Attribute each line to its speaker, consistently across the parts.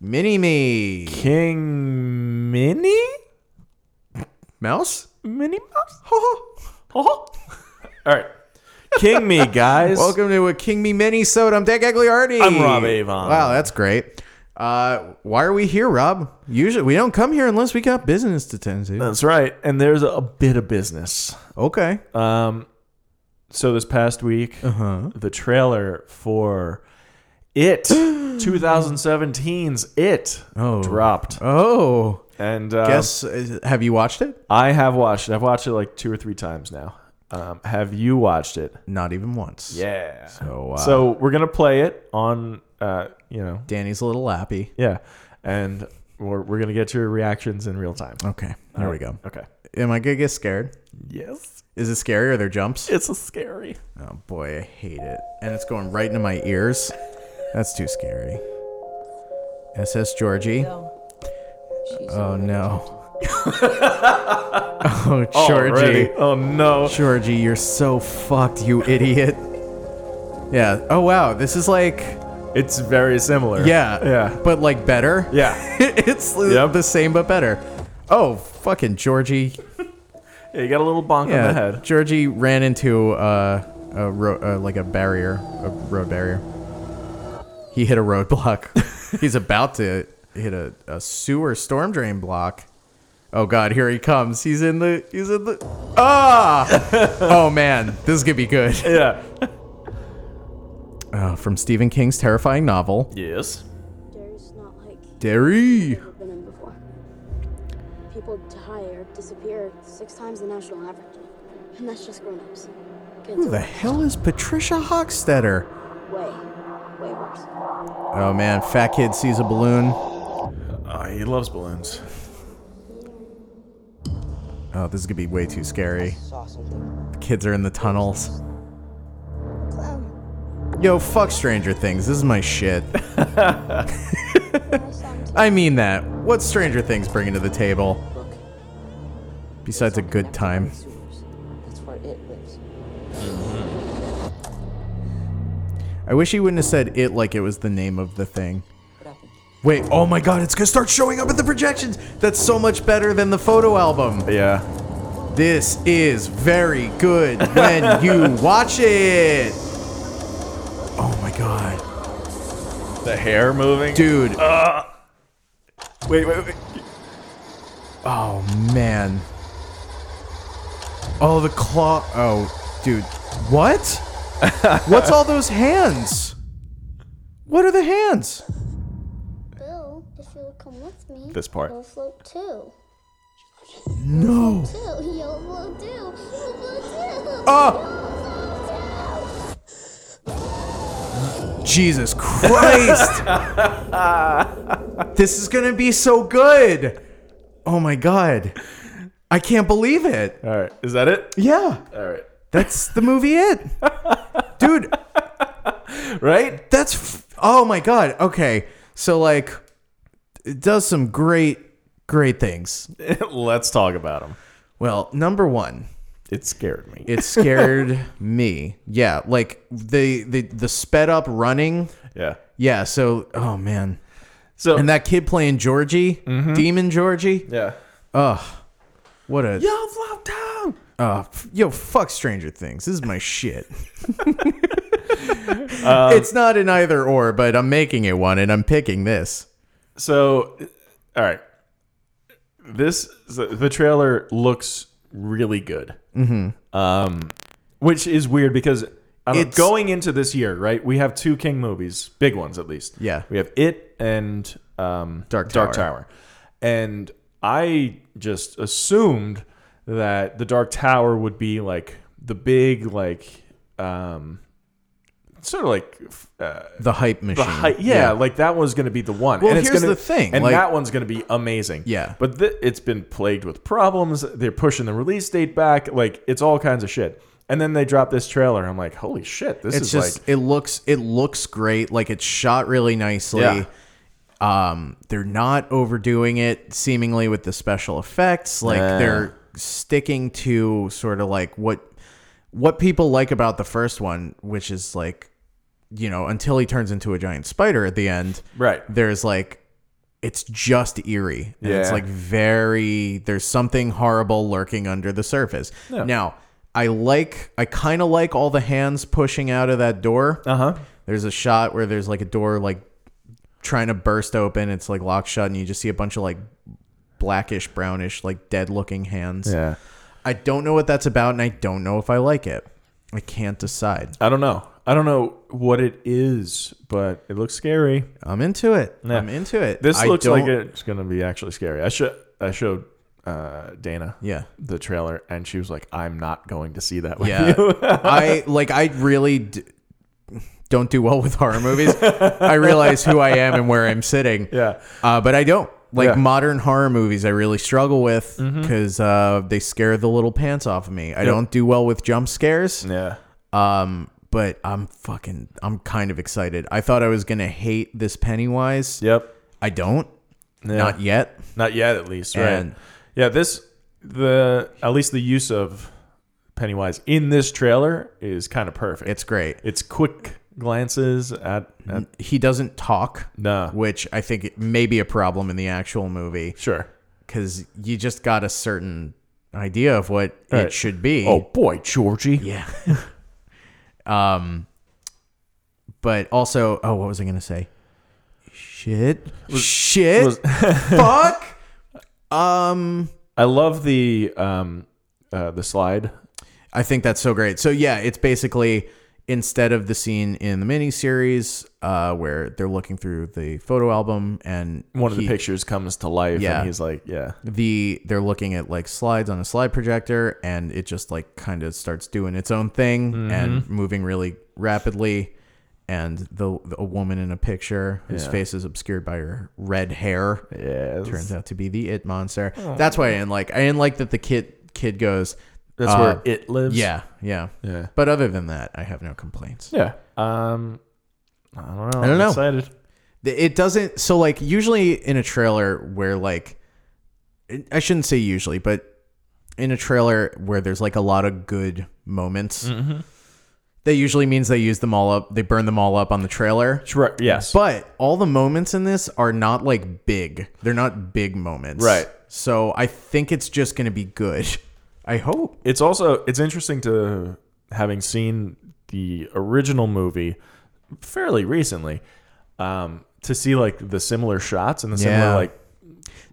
Speaker 1: Mini Me.
Speaker 2: King Mini?
Speaker 1: Mouse?
Speaker 2: Minnie Mouse? Ho ho. Ho ho. All right. King me, guys.
Speaker 1: Welcome to a King Me Mini Soda. I'm Dick Egliardi.
Speaker 2: I'm Rob Avon.
Speaker 1: Wow, that's great. Uh, why are we here, Rob? Usually we don't come here unless we got business to tend to.
Speaker 2: That's right. And there's a bit of business.
Speaker 1: Okay.
Speaker 2: Um, so this past week, the trailer for It 2017's It
Speaker 1: Oh.
Speaker 2: dropped.
Speaker 1: Oh.
Speaker 2: And um,
Speaker 1: Guess is- have you watched it?
Speaker 2: I have watched it. I've watched it like two or three times now. Um, have you watched it?
Speaker 1: Not even once.
Speaker 2: Yeah.
Speaker 1: So, uh,
Speaker 2: So we're gonna play it on, uh, you know,
Speaker 1: Danny's a little lappy.
Speaker 2: yeah, and we're we're gonna get your reactions in real time.
Speaker 1: Okay.
Speaker 2: Uh,
Speaker 1: There we go.
Speaker 2: Okay.
Speaker 1: Am I gonna get scared?
Speaker 2: Yes.
Speaker 1: Is it scary? Are there jumps?
Speaker 2: It's a scary.
Speaker 1: Oh boy, I hate it. And it's going right into my ears. That's too scary. SS Georgie. Oh no. oh Georgie.
Speaker 2: Oh no.
Speaker 1: Georgie, you're so fucked, you idiot. Yeah. Oh wow, this is like
Speaker 2: It's very similar.
Speaker 1: yeah.
Speaker 2: Yeah.
Speaker 1: But like better.
Speaker 2: Yeah.
Speaker 1: it's
Speaker 2: Yep.
Speaker 1: the same but better. Oh, fucking Georgie.
Speaker 2: Yeah, you got a little bonk on the
Speaker 1: Yeah.
Speaker 2: head.
Speaker 1: Georgie ran into uh, a ro- uh, like a barrier, a road barrier. He hit a roadblock. He's about to hit a, a sewer storm drain block. Oh god, here he comes. He's in the he's in the Ah Oh man, this is gonna be good.
Speaker 2: Yeah.
Speaker 1: Uh, from Stephen King's terrifying novel.
Speaker 2: Yes.
Speaker 3: Derry's not like I've
Speaker 1: Derry.
Speaker 3: ever been in before. People die or disappear six times the national average, and that's just grown-ups. Kids
Speaker 1: Who
Speaker 3: are
Speaker 1: the hell is Patricia Hochstetter?
Speaker 3: way, way worse.
Speaker 1: Oh man, fat kid sees a balloon.
Speaker 2: Oh, he loves balloons.
Speaker 1: Oh, this is gonna be way too scary.
Speaker 4: saw something.
Speaker 1: The kids are in the tunnels.
Speaker 4: Clown.
Speaker 1: Yo, fuck Stranger Things. This is my shit. I mean that. What's Stranger Things bringing to the table?
Speaker 4: Look.
Speaker 1: Besides a good time.
Speaker 4: That's where it lives.
Speaker 1: I wish he wouldn't have said it like it was the name of the thing.
Speaker 4: What happened?
Speaker 1: Wait, oh my god, it's gonna start showing up in the projections! That's so much better than the photo album!
Speaker 2: Yeah.
Speaker 1: This is very good when you watch it! Oh my god.
Speaker 2: The hair moving.
Speaker 1: Dude,
Speaker 2: Wait, wait, wait.
Speaker 1: oh man. Oh, the claw. Oh, dude. What? What's all those hands? What are the hands?
Speaker 5: Bill, if you'll come with me,
Speaker 2: This part.
Speaker 5: you'll float too.
Speaker 1: No.
Speaker 5: Too, you'll float too. You'll float too.
Speaker 2: Ah!
Speaker 1: Oh, Jesus Christ. this is going to be so good. Oh my God. I can't believe it.
Speaker 2: All right. Is that it?
Speaker 1: Yeah.
Speaker 2: All right.
Speaker 1: That's the movie it. Dude,
Speaker 2: Right?
Speaker 1: that's. F- oh my God. Okay. So, like, it does some great, great things.
Speaker 2: Let's talk about him.
Speaker 1: Well, number one.
Speaker 2: It scared me.
Speaker 1: It scared me. Yeah, like the, the the sped up running
Speaker 2: yeah.
Speaker 1: Yeah, so oh man.
Speaker 2: So Mm-hmm.
Speaker 1: And that kid playing Georgie, Demon Georgie.
Speaker 2: yeah.
Speaker 1: What a
Speaker 2: Yo, flow down.
Speaker 1: uh, f- yo, fuck Stranger Things. This is my shit.
Speaker 2: Um,
Speaker 1: it's not an either or, but I'm making it one and I'm picking this.
Speaker 2: So, all right. This so the trailer looks really good. Mm-hmm. Um, which is weird because I don't,
Speaker 1: It's-
Speaker 2: going into this year, right? We have two King movies, big ones at least.
Speaker 1: Yeah.
Speaker 2: we have it and um,
Speaker 1: Dark
Speaker 2: Dark
Speaker 1: Tower.
Speaker 2: Tower, and I just assumed that the Dark Tower would be like the big like um, sort of like f- uh,
Speaker 1: The hype machine.
Speaker 2: the height, yeah, like that one's going to be the one.
Speaker 1: Well,
Speaker 2: and it's
Speaker 1: here's
Speaker 2: gonna,
Speaker 1: the thing,
Speaker 2: and
Speaker 1: like-
Speaker 2: that one's going to be amazing.
Speaker 1: Yeah.
Speaker 2: but th- it's been plagued with problems. They're pushing the release date back. Like it's all kinds of shit. And then they drop this trailer. I'm like, holy shit, this
Speaker 1: It's
Speaker 2: is
Speaker 1: just
Speaker 2: like
Speaker 1: it looks it looks great. Like it's shot really nicely.
Speaker 2: Yeah.
Speaker 1: Um, they're not overdoing it seemingly with the special effects. Like
Speaker 2: Nah.
Speaker 1: they're sticking to sort of like what what people like about the first one, which is like you know until he turns into a giant spider at the end.
Speaker 2: Right.
Speaker 1: There's like it's just eerie. And It's
Speaker 2: Yeah.
Speaker 1: like very there's something horrible lurking under the surface.
Speaker 2: Yeah.
Speaker 1: Now, I like I kind of like all the hands pushing out of that door.
Speaker 2: Uh huh.
Speaker 1: There's a shot where there's like a door like trying to burst open. It's like locked shut and you just see a bunch of like blackish brownish like dead looking hands.
Speaker 2: Yeah.
Speaker 1: I don't know what that's about and I don't know if I like it. I can't decide.
Speaker 2: I don't know. I don't know what it is, but it looks scary.
Speaker 1: I'm into it.
Speaker 2: Yeah.
Speaker 1: I'm into it.
Speaker 2: This
Speaker 1: I
Speaker 2: looks like
Speaker 1: don't-
Speaker 2: it's gonna be actually scary. I should. I showed uh, Dana
Speaker 1: Yeah.
Speaker 2: the trailer, and she was like, "I'm not going to see that with
Speaker 1: Yeah.
Speaker 2: you."
Speaker 1: I like I really d- don't do well with horror movies. I realize who I am and where I'm sitting.
Speaker 2: yeah.
Speaker 1: Uh, but I don't like
Speaker 2: Yeah. Mm-hmm.
Speaker 1: modern horror movies. I really struggle with because uh, they scare the little pants off of me. I don't do well with jump scares.
Speaker 2: Yeah.
Speaker 1: Um, but I'm fucking. I'm kind of excited. I thought I was gonna hate this Pennywise.
Speaker 2: Yep.
Speaker 1: I don't.
Speaker 2: Yeah.
Speaker 1: Not yet.
Speaker 2: Not yet, at least. Right.
Speaker 1: And-
Speaker 2: yeah. This the at least the use of Pennywise in this trailer is kind of perfect.
Speaker 1: It's great.
Speaker 2: it's quick glances at, at
Speaker 1: He doesn't talk,
Speaker 2: no
Speaker 1: which I think it may be a problem in the actual movie.
Speaker 2: sure.
Speaker 1: because you just got a certain idea of what it
Speaker 2: Right.
Speaker 1: should be.
Speaker 2: Oh boy, Georgie.
Speaker 1: yeah. um, but also, oh, what was I gonna say? Shit, shit,
Speaker 2: was-
Speaker 1: fuck. Um,
Speaker 2: I love the um uh, the slide.
Speaker 1: I think that's so great. So yeah, it's basically instead of the scene in the miniseries uh, where they're looking through the photo album and
Speaker 2: One of the
Speaker 1: he-
Speaker 2: pictures comes to life,
Speaker 1: Yeah.
Speaker 2: and he's like, "Yeah,
Speaker 1: the they're looking at like slides on a slide projector and it just like kind of starts doing its own thing and
Speaker 2: Mm-hmm.
Speaker 1: moving really rapidly and the, the- a woman in a picture whose
Speaker 2: Yeah.
Speaker 1: face is obscured by her red hair
Speaker 2: yeah." it's-
Speaker 1: turns out to be the it monster
Speaker 2: Oh,
Speaker 1: that's why i didn't like i didn't like that the kid kid goes
Speaker 2: That's
Speaker 1: uh,
Speaker 2: where it lives.
Speaker 1: yeah yeah
Speaker 2: yeah,
Speaker 1: but other than that i have no complaints
Speaker 2: yeah. Um, I don't know. I
Speaker 1: don't know.
Speaker 2: Excited.
Speaker 1: Th- it doesn't so like usually in a trailer where like i shouldn't say usually but in a trailer where there's like a lot of good moments
Speaker 2: Mm-hmm.
Speaker 1: that usually means they use them all up they burn them all up on the trailer
Speaker 2: Sure. Yes.
Speaker 1: but all the moments in this are not like big they're not big moments
Speaker 2: Right.
Speaker 1: so i think it's just gonna be good i hope
Speaker 2: it's also it's interesting to having seen the original movie fairly recently um, to see like the similar shots and the similar
Speaker 1: Yeah.
Speaker 2: like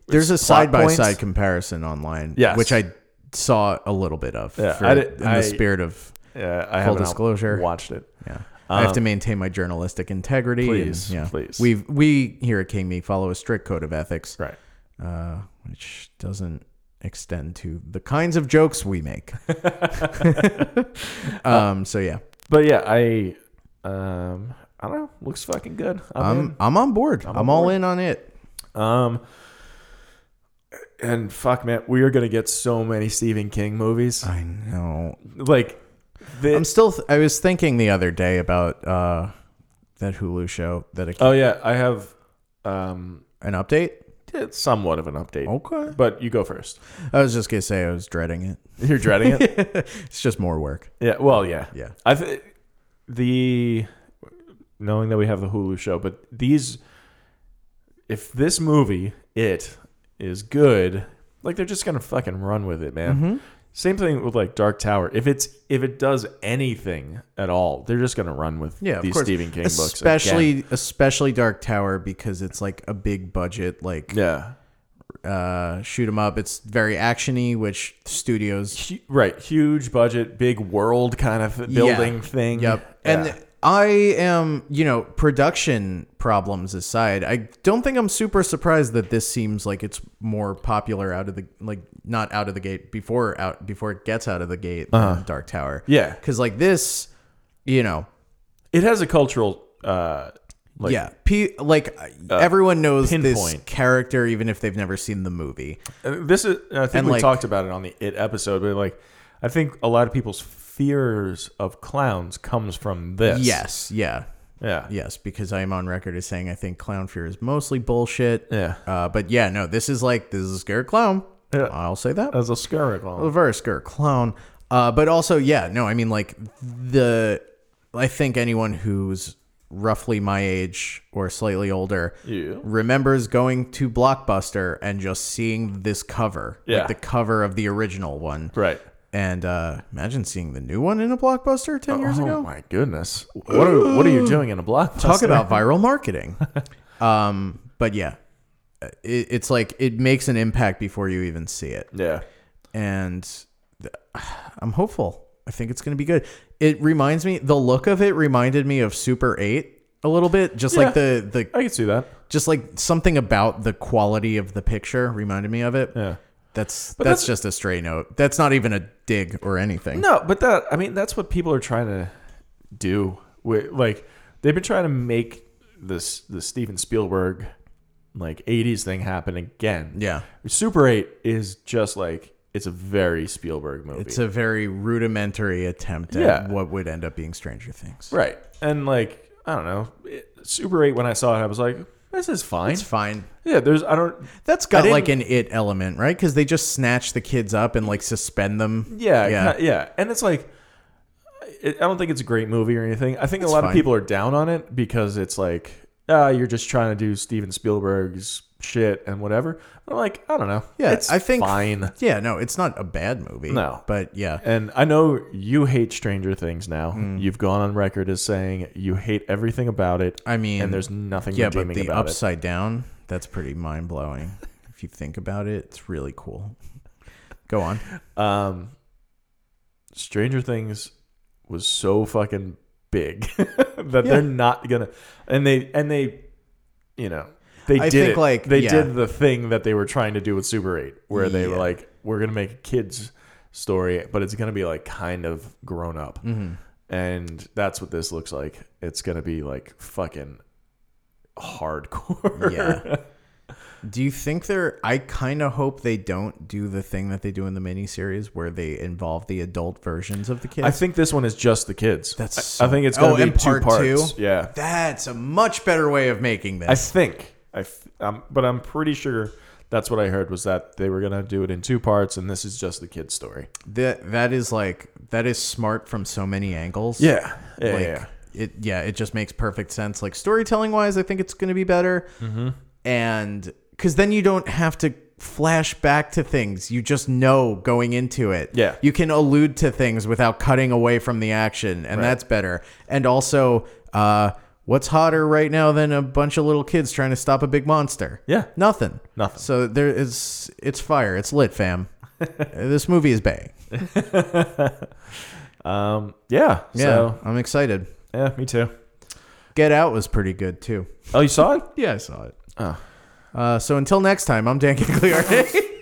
Speaker 1: there's a
Speaker 2: plot
Speaker 1: side by side
Speaker 2: points?
Speaker 1: comparison online
Speaker 2: Yes.
Speaker 1: which i saw a little bit of
Speaker 2: Yeah,
Speaker 1: for-
Speaker 2: I did-
Speaker 1: in
Speaker 2: I-
Speaker 1: the spirit of
Speaker 2: yeah, uh, I
Speaker 1: Full
Speaker 2: haven't
Speaker 1: disclosure.
Speaker 2: watched it.
Speaker 1: Yeah. I have to maintain my journalistic integrity. and-
Speaker 2: Um, Please,
Speaker 1: yeah.
Speaker 2: please.
Speaker 1: We we here at King Me follow a strict code of ethics,
Speaker 2: Right.
Speaker 1: uh, which doesn't extend to the kinds of jokes we make. um. So yeah,
Speaker 2: But yeah, I um, I don't know. Looks fucking good. I'm
Speaker 1: I'm I'm on board. I'm, all in on it.
Speaker 2: in. um and fuck man, we are gonna get so many Stephen King movies.
Speaker 1: I know.
Speaker 2: Like the,
Speaker 1: I'm still. Th- I was thinking the other day about uh that Hulu show that it,
Speaker 2: oh yeah, I have um
Speaker 1: an update.
Speaker 2: somewhat of an update.
Speaker 1: Okay.
Speaker 2: But you go first.
Speaker 1: I was just gonna say I was dreading it.
Speaker 2: You're dreading it.
Speaker 1: It's just more work.
Speaker 2: Yeah. Well, yeah.
Speaker 1: Yeah.
Speaker 2: I th- the knowing that we have the Hulu show, but these if this movie it is good, like they're just gonna fucking run with it, man.
Speaker 1: Mm-hmm.
Speaker 2: Same thing with like Dark Tower. If it's if it does anything at all, they're just gonna run with
Speaker 1: yeah, of
Speaker 2: these
Speaker 1: course.
Speaker 2: Stephen King books,
Speaker 1: especially
Speaker 2: again.
Speaker 1: especially Dark Tower because it's like a big budget, like
Speaker 2: yeah,
Speaker 1: uh, shoot 'em up. It's very actiony, which studios
Speaker 2: Hu- right. Huge budget, big world kind of building
Speaker 1: Yeah.
Speaker 2: thing.
Speaker 1: Yep,
Speaker 2: Yeah.
Speaker 1: and I am, you know, production problems aside, I don't think I'm super surprised that this seems like it's more popular out of the like not out of the gate before out before it gets out of the gate than Dark Tower.
Speaker 2: Uh-huh. Yeah.
Speaker 1: because like this, you know,
Speaker 2: it has a cultural. Uh, like,
Speaker 1: yeah, P- like uh, everyone knows this
Speaker 2: Uh, pinpoint.
Speaker 1: character even if they've never seen the movie.
Speaker 2: Uh, this is and I think
Speaker 1: And,
Speaker 2: we
Speaker 1: like-
Speaker 2: talked about it on the it episode, but like I think a lot of people's fears of clowns comes from this.
Speaker 1: Yes, yeah,
Speaker 2: Yeah.
Speaker 1: yes, because I am on record as saying I think clown fear is mostly bullshit.
Speaker 2: Yeah.
Speaker 1: Uh, but yeah, no, this is like this is a scared clown.
Speaker 2: Yeah.
Speaker 1: I'll say that.
Speaker 2: As a scare clown.
Speaker 1: a very scared clown. Uh, but also, yeah, no, I mean like the I think anyone who's roughly my age or slightly older
Speaker 2: Yeah.
Speaker 1: remembers going to Blockbuster and just seeing this cover,
Speaker 2: Yeah.
Speaker 1: like the cover of the original one.
Speaker 2: Right.
Speaker 1: And uh, imagine seeing the new one in a Blockbuster 10 years
Speaker 2: oh
Speaker 1: ago.
Speaker 2: my goodness. What are what are you doing in a blockbuster?
Speaker 1: Talk about viral marketing. um, but yeah, uh, it, it's like it makes an impact before you even see it.
Speaker 2: Yeah.
Speaker 1: and th- I'm hopeful. I think it's going to be good. It reminds me the look of it reminded me of Super 8 a little bit, just like
Speaker 2: Yeah.
Speaker 1: the the
Speaker 2: I can see that.
Speaker 1: just like something about the quality of the picture reminded me of it.
Speaker 2: Yeah.
Speaker 1: That's
Speaker 2: But
Speaker 1: that's,
Speaker 2: that's-
Speaker 1: just a stray note. That's not even a dig or anything.
Speaker 2: No, but that I mean that's what people are trying to do. With like they've been trying to make this the Steven Spielberg like 80s thing happen again.
Speaker 1: Yeah.
Speaker 2: Super 8 is just like it's a very Spielberg movie.
Speaker 1: It's a very rudimentary attempt at
Speaker 2: Yeah.
Speaker 1: what would end up being Stranger Things.
Speaker 2: right. And like I don't know, it- Super 8 when I saw it I was like this is fine.
Speaker 1: It's fine.
Speaker 2: yeah, there's I don't
Speaker 1: That's got
Speaker 2: I
Speaker 1: like
Speaker 2: didn't-
Speaker 1: an it element, right? Because they just snatch the kids up and like suspend them.
Speaker 2: Yeah,
Speaker 1: yeah.
Speaker 2: yeah, yeah. And it's like, it, I don't think it's a great movie or anything. I think a
Speaker 1: It's
Speaker 2: lot
Speaker 1: fine.
Speaker 2: of people are down on it because it's like, ah, you're just trying to do Steven Spielberg's shit and whatever. I'm like, I don't know.
Speaker 1: Yeah,
Speaker 2: it's
Speaker 1: I think
Speaker 2: fine.
Speaker 1: Yeah, no, it's not a bad movie.
Speaker 2: No.
Speaker 1: but yeah, Mm.
Speaker 2: And I know you hate Stranger Things now. You've gone on record as saying you hate everything about it.
Speaker 1: I mean,
Speaker 2: and there's nothing
Speaker 1: yeah, but
Speaker 2: redeeming
Speaker 1: the
Speaker 2: about
Speaker 1: upside down, that's pretty mind blowing. if you think about it, it's really cool. Go on.
Speaker 2: it. Um, Stranger Things was so fucking big that
Speaker 1: Yeah.
Speaker 2: they're not gonna, and they and they, you know, they
Speaker 1: I
Speaker 2: did
Speaker 1: think,
Speaker 2: it.
Speaker 1: like,
Speaker 2: they
Speaker 1: yeah.
Speaker 2: did the thing that they were trying to do with Super Eight, where they were
Speaker 1: Yeah.
Speaker 2: like, we're gonna make a kids story, but it's gonna be like kind of grown up,
Speaker 1: Mm-hmm.
Speaker 2: and that's what this looks like. It's gonna be like fucking hardcore.
Speaker 1: Yeah. Do you think they're? I kind of hope they don't do the thing that they do in the miniseries where they involve the adult versions of the kids.
Speaker 2: I think this one is just the kids.
Speaker 1: That's
Speaker 2: I-
Speaker 1: so-
Speaker 2: I think it's gonna
Speaker 1: Oh,
Speaker 2: be
Speaker 1: and part
Speaker 2: two parts.
Speaker 1: two?
Speaker 2: Yeah.
Speaker 1: that's a much better way of making
Speaker 2: I
Speaker 1: this.
Speaker 2: think. I f- um, but I'm pretty sure that's what I heard was that they were gonna do it in two parts, and this is just the kid's story.
Speaker 1: that that is like that is smart from so many angles.
Speaker 2: yeah,
Speaker 1: like
Speaker 2: yeah.
Speaker 1: it yeah it just makes perfect sense like storytelling wise i think it's going to be better
Speaker 2: Mm-hmm.
Speaker 1: and because then you don't have to flash back to things you just know going into it
Speaker 2: Yeah.
Speaker 1: you can allude to things without cutting away from the action and that's better and also uh what's hotter right now than a bunch of little kids trying to stop a big monster
Speaker 2: Yeah.
Speaker 1: nothing
Speaker 2: Nothing.
Speaker 1: so there is it's fire it's lit fam this movie is bang
Speaker 2: Um, yeah,
Speaker 1: yeah
Speaker 2: So
Speaker 1: i'm excited
Speaker 2: yeah, me too.
Speaker 1: get out was pretty good too
Speaker 2: Oh, you saw it?
Speaker 1: Yeah, I saw it.
Speaker 2: Oh.
Speaker 1: Uh, so until next time, I'm Dan Gigliardi.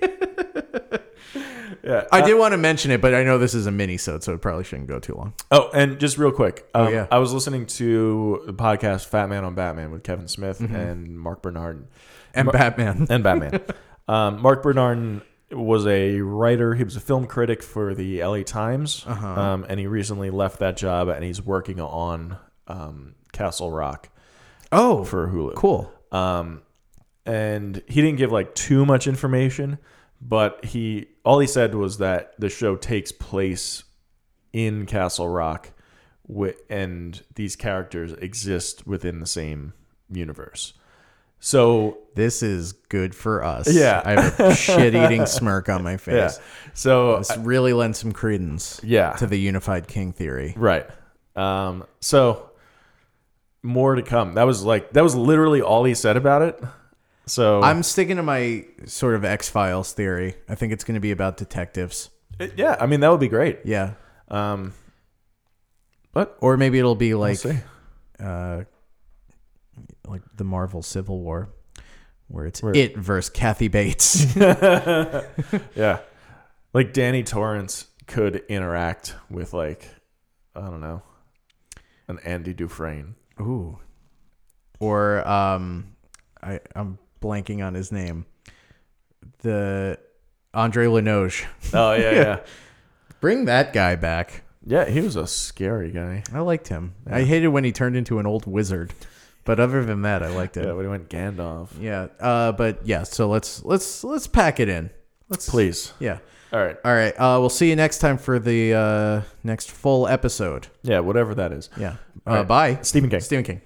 Speaker 2: Yeah. uh,
Speaker 1: I did want to mention it, but I know this is a mini so it probably shouldn't go too long.
Speaker 2: Oh, and just real quick, um,
Speaker 1: yeah.
Speaker 2: I was listening to the podcast "Fat Man on Batman" with Kevin Smith and Mark Bernard
Speaker 1: And Batman.
Speaker 2: and Batman. um, Mark Bernard was a writer. He was a film critic for the LA Times, um, and he recently left that job, and he's working on um, Castle Rock
Speaker 1: Oh,
Speaker 2: for Hulu.
Speaker 1: cool.
Speaker 2: Um, and he didn't give like too much information, but he all he said was that the show takes place in Castle Rock, wi- and these characters exist within the same universe. So
Speaker 1: This is good for us.
Speaker 2: Yeah.
Speaker 1: I have a shit eating smirk on my
Speaker 2: yeah,
Speaker 1: face.
Speaker 2: so
Speaker 1: This really lends some credence
Speaker 2: Yeah.
Speaker 1: to the unified king theory.
Speaker 2: Right. Um, so more to come. That was like that was literally all he said about it. So
Speaker 1: I'm sticking to my sort of X Files theory. I think it's going to be about detectives.
Speaker 2: it- yeah, I mean that would be great.
Speaker 1: Yeah.
Speaker 2: Um, but
Speaker 1: Or maybe it'll be
Speaker 2: we'll
Speaker 1: like
Speaker 2: see.
Speaker 1: uh, like the Marvel Civil War, where it's
Speaker 2: Where-
Speaker 1: it versus Kathy Bates.
Speaker 2: yeah, like Danny Torrance could interact with like I don't know an Andy Dufresne.
Speaker 1: Ooh. Or um, I I'm blanking on his name. The Andre Linoge.
Speaker 2: Oh yeah, yeah,
Speaker 1: Bring that guy back.
Speaker 2: yeah. He was a scary guy.
Speaker 1: I liked him. I hated when he turned into an old wizard, but other than that, I liked
Speaker 2: Yeah,
Speaker 1: him.
Speaker 2: when he went Gandalf.
Speaker 1: Yeah. Uh, but yeah. So let's let's let's pack it in. Let's
Speaker 2: Please.
Speaker 1: Yeah.
Speaker 2: All right.
Speaker 1: All right. Uh, we'll see you next time for the uh, next full episode.
Speaker 2: Yeah, whatever that is.
Speaker 1: Yeah. Uh,
Speaker 2: All right.
Speaker 1: Bye.
Speaker 2: Stephen King.
Speaker 1: Stephen King.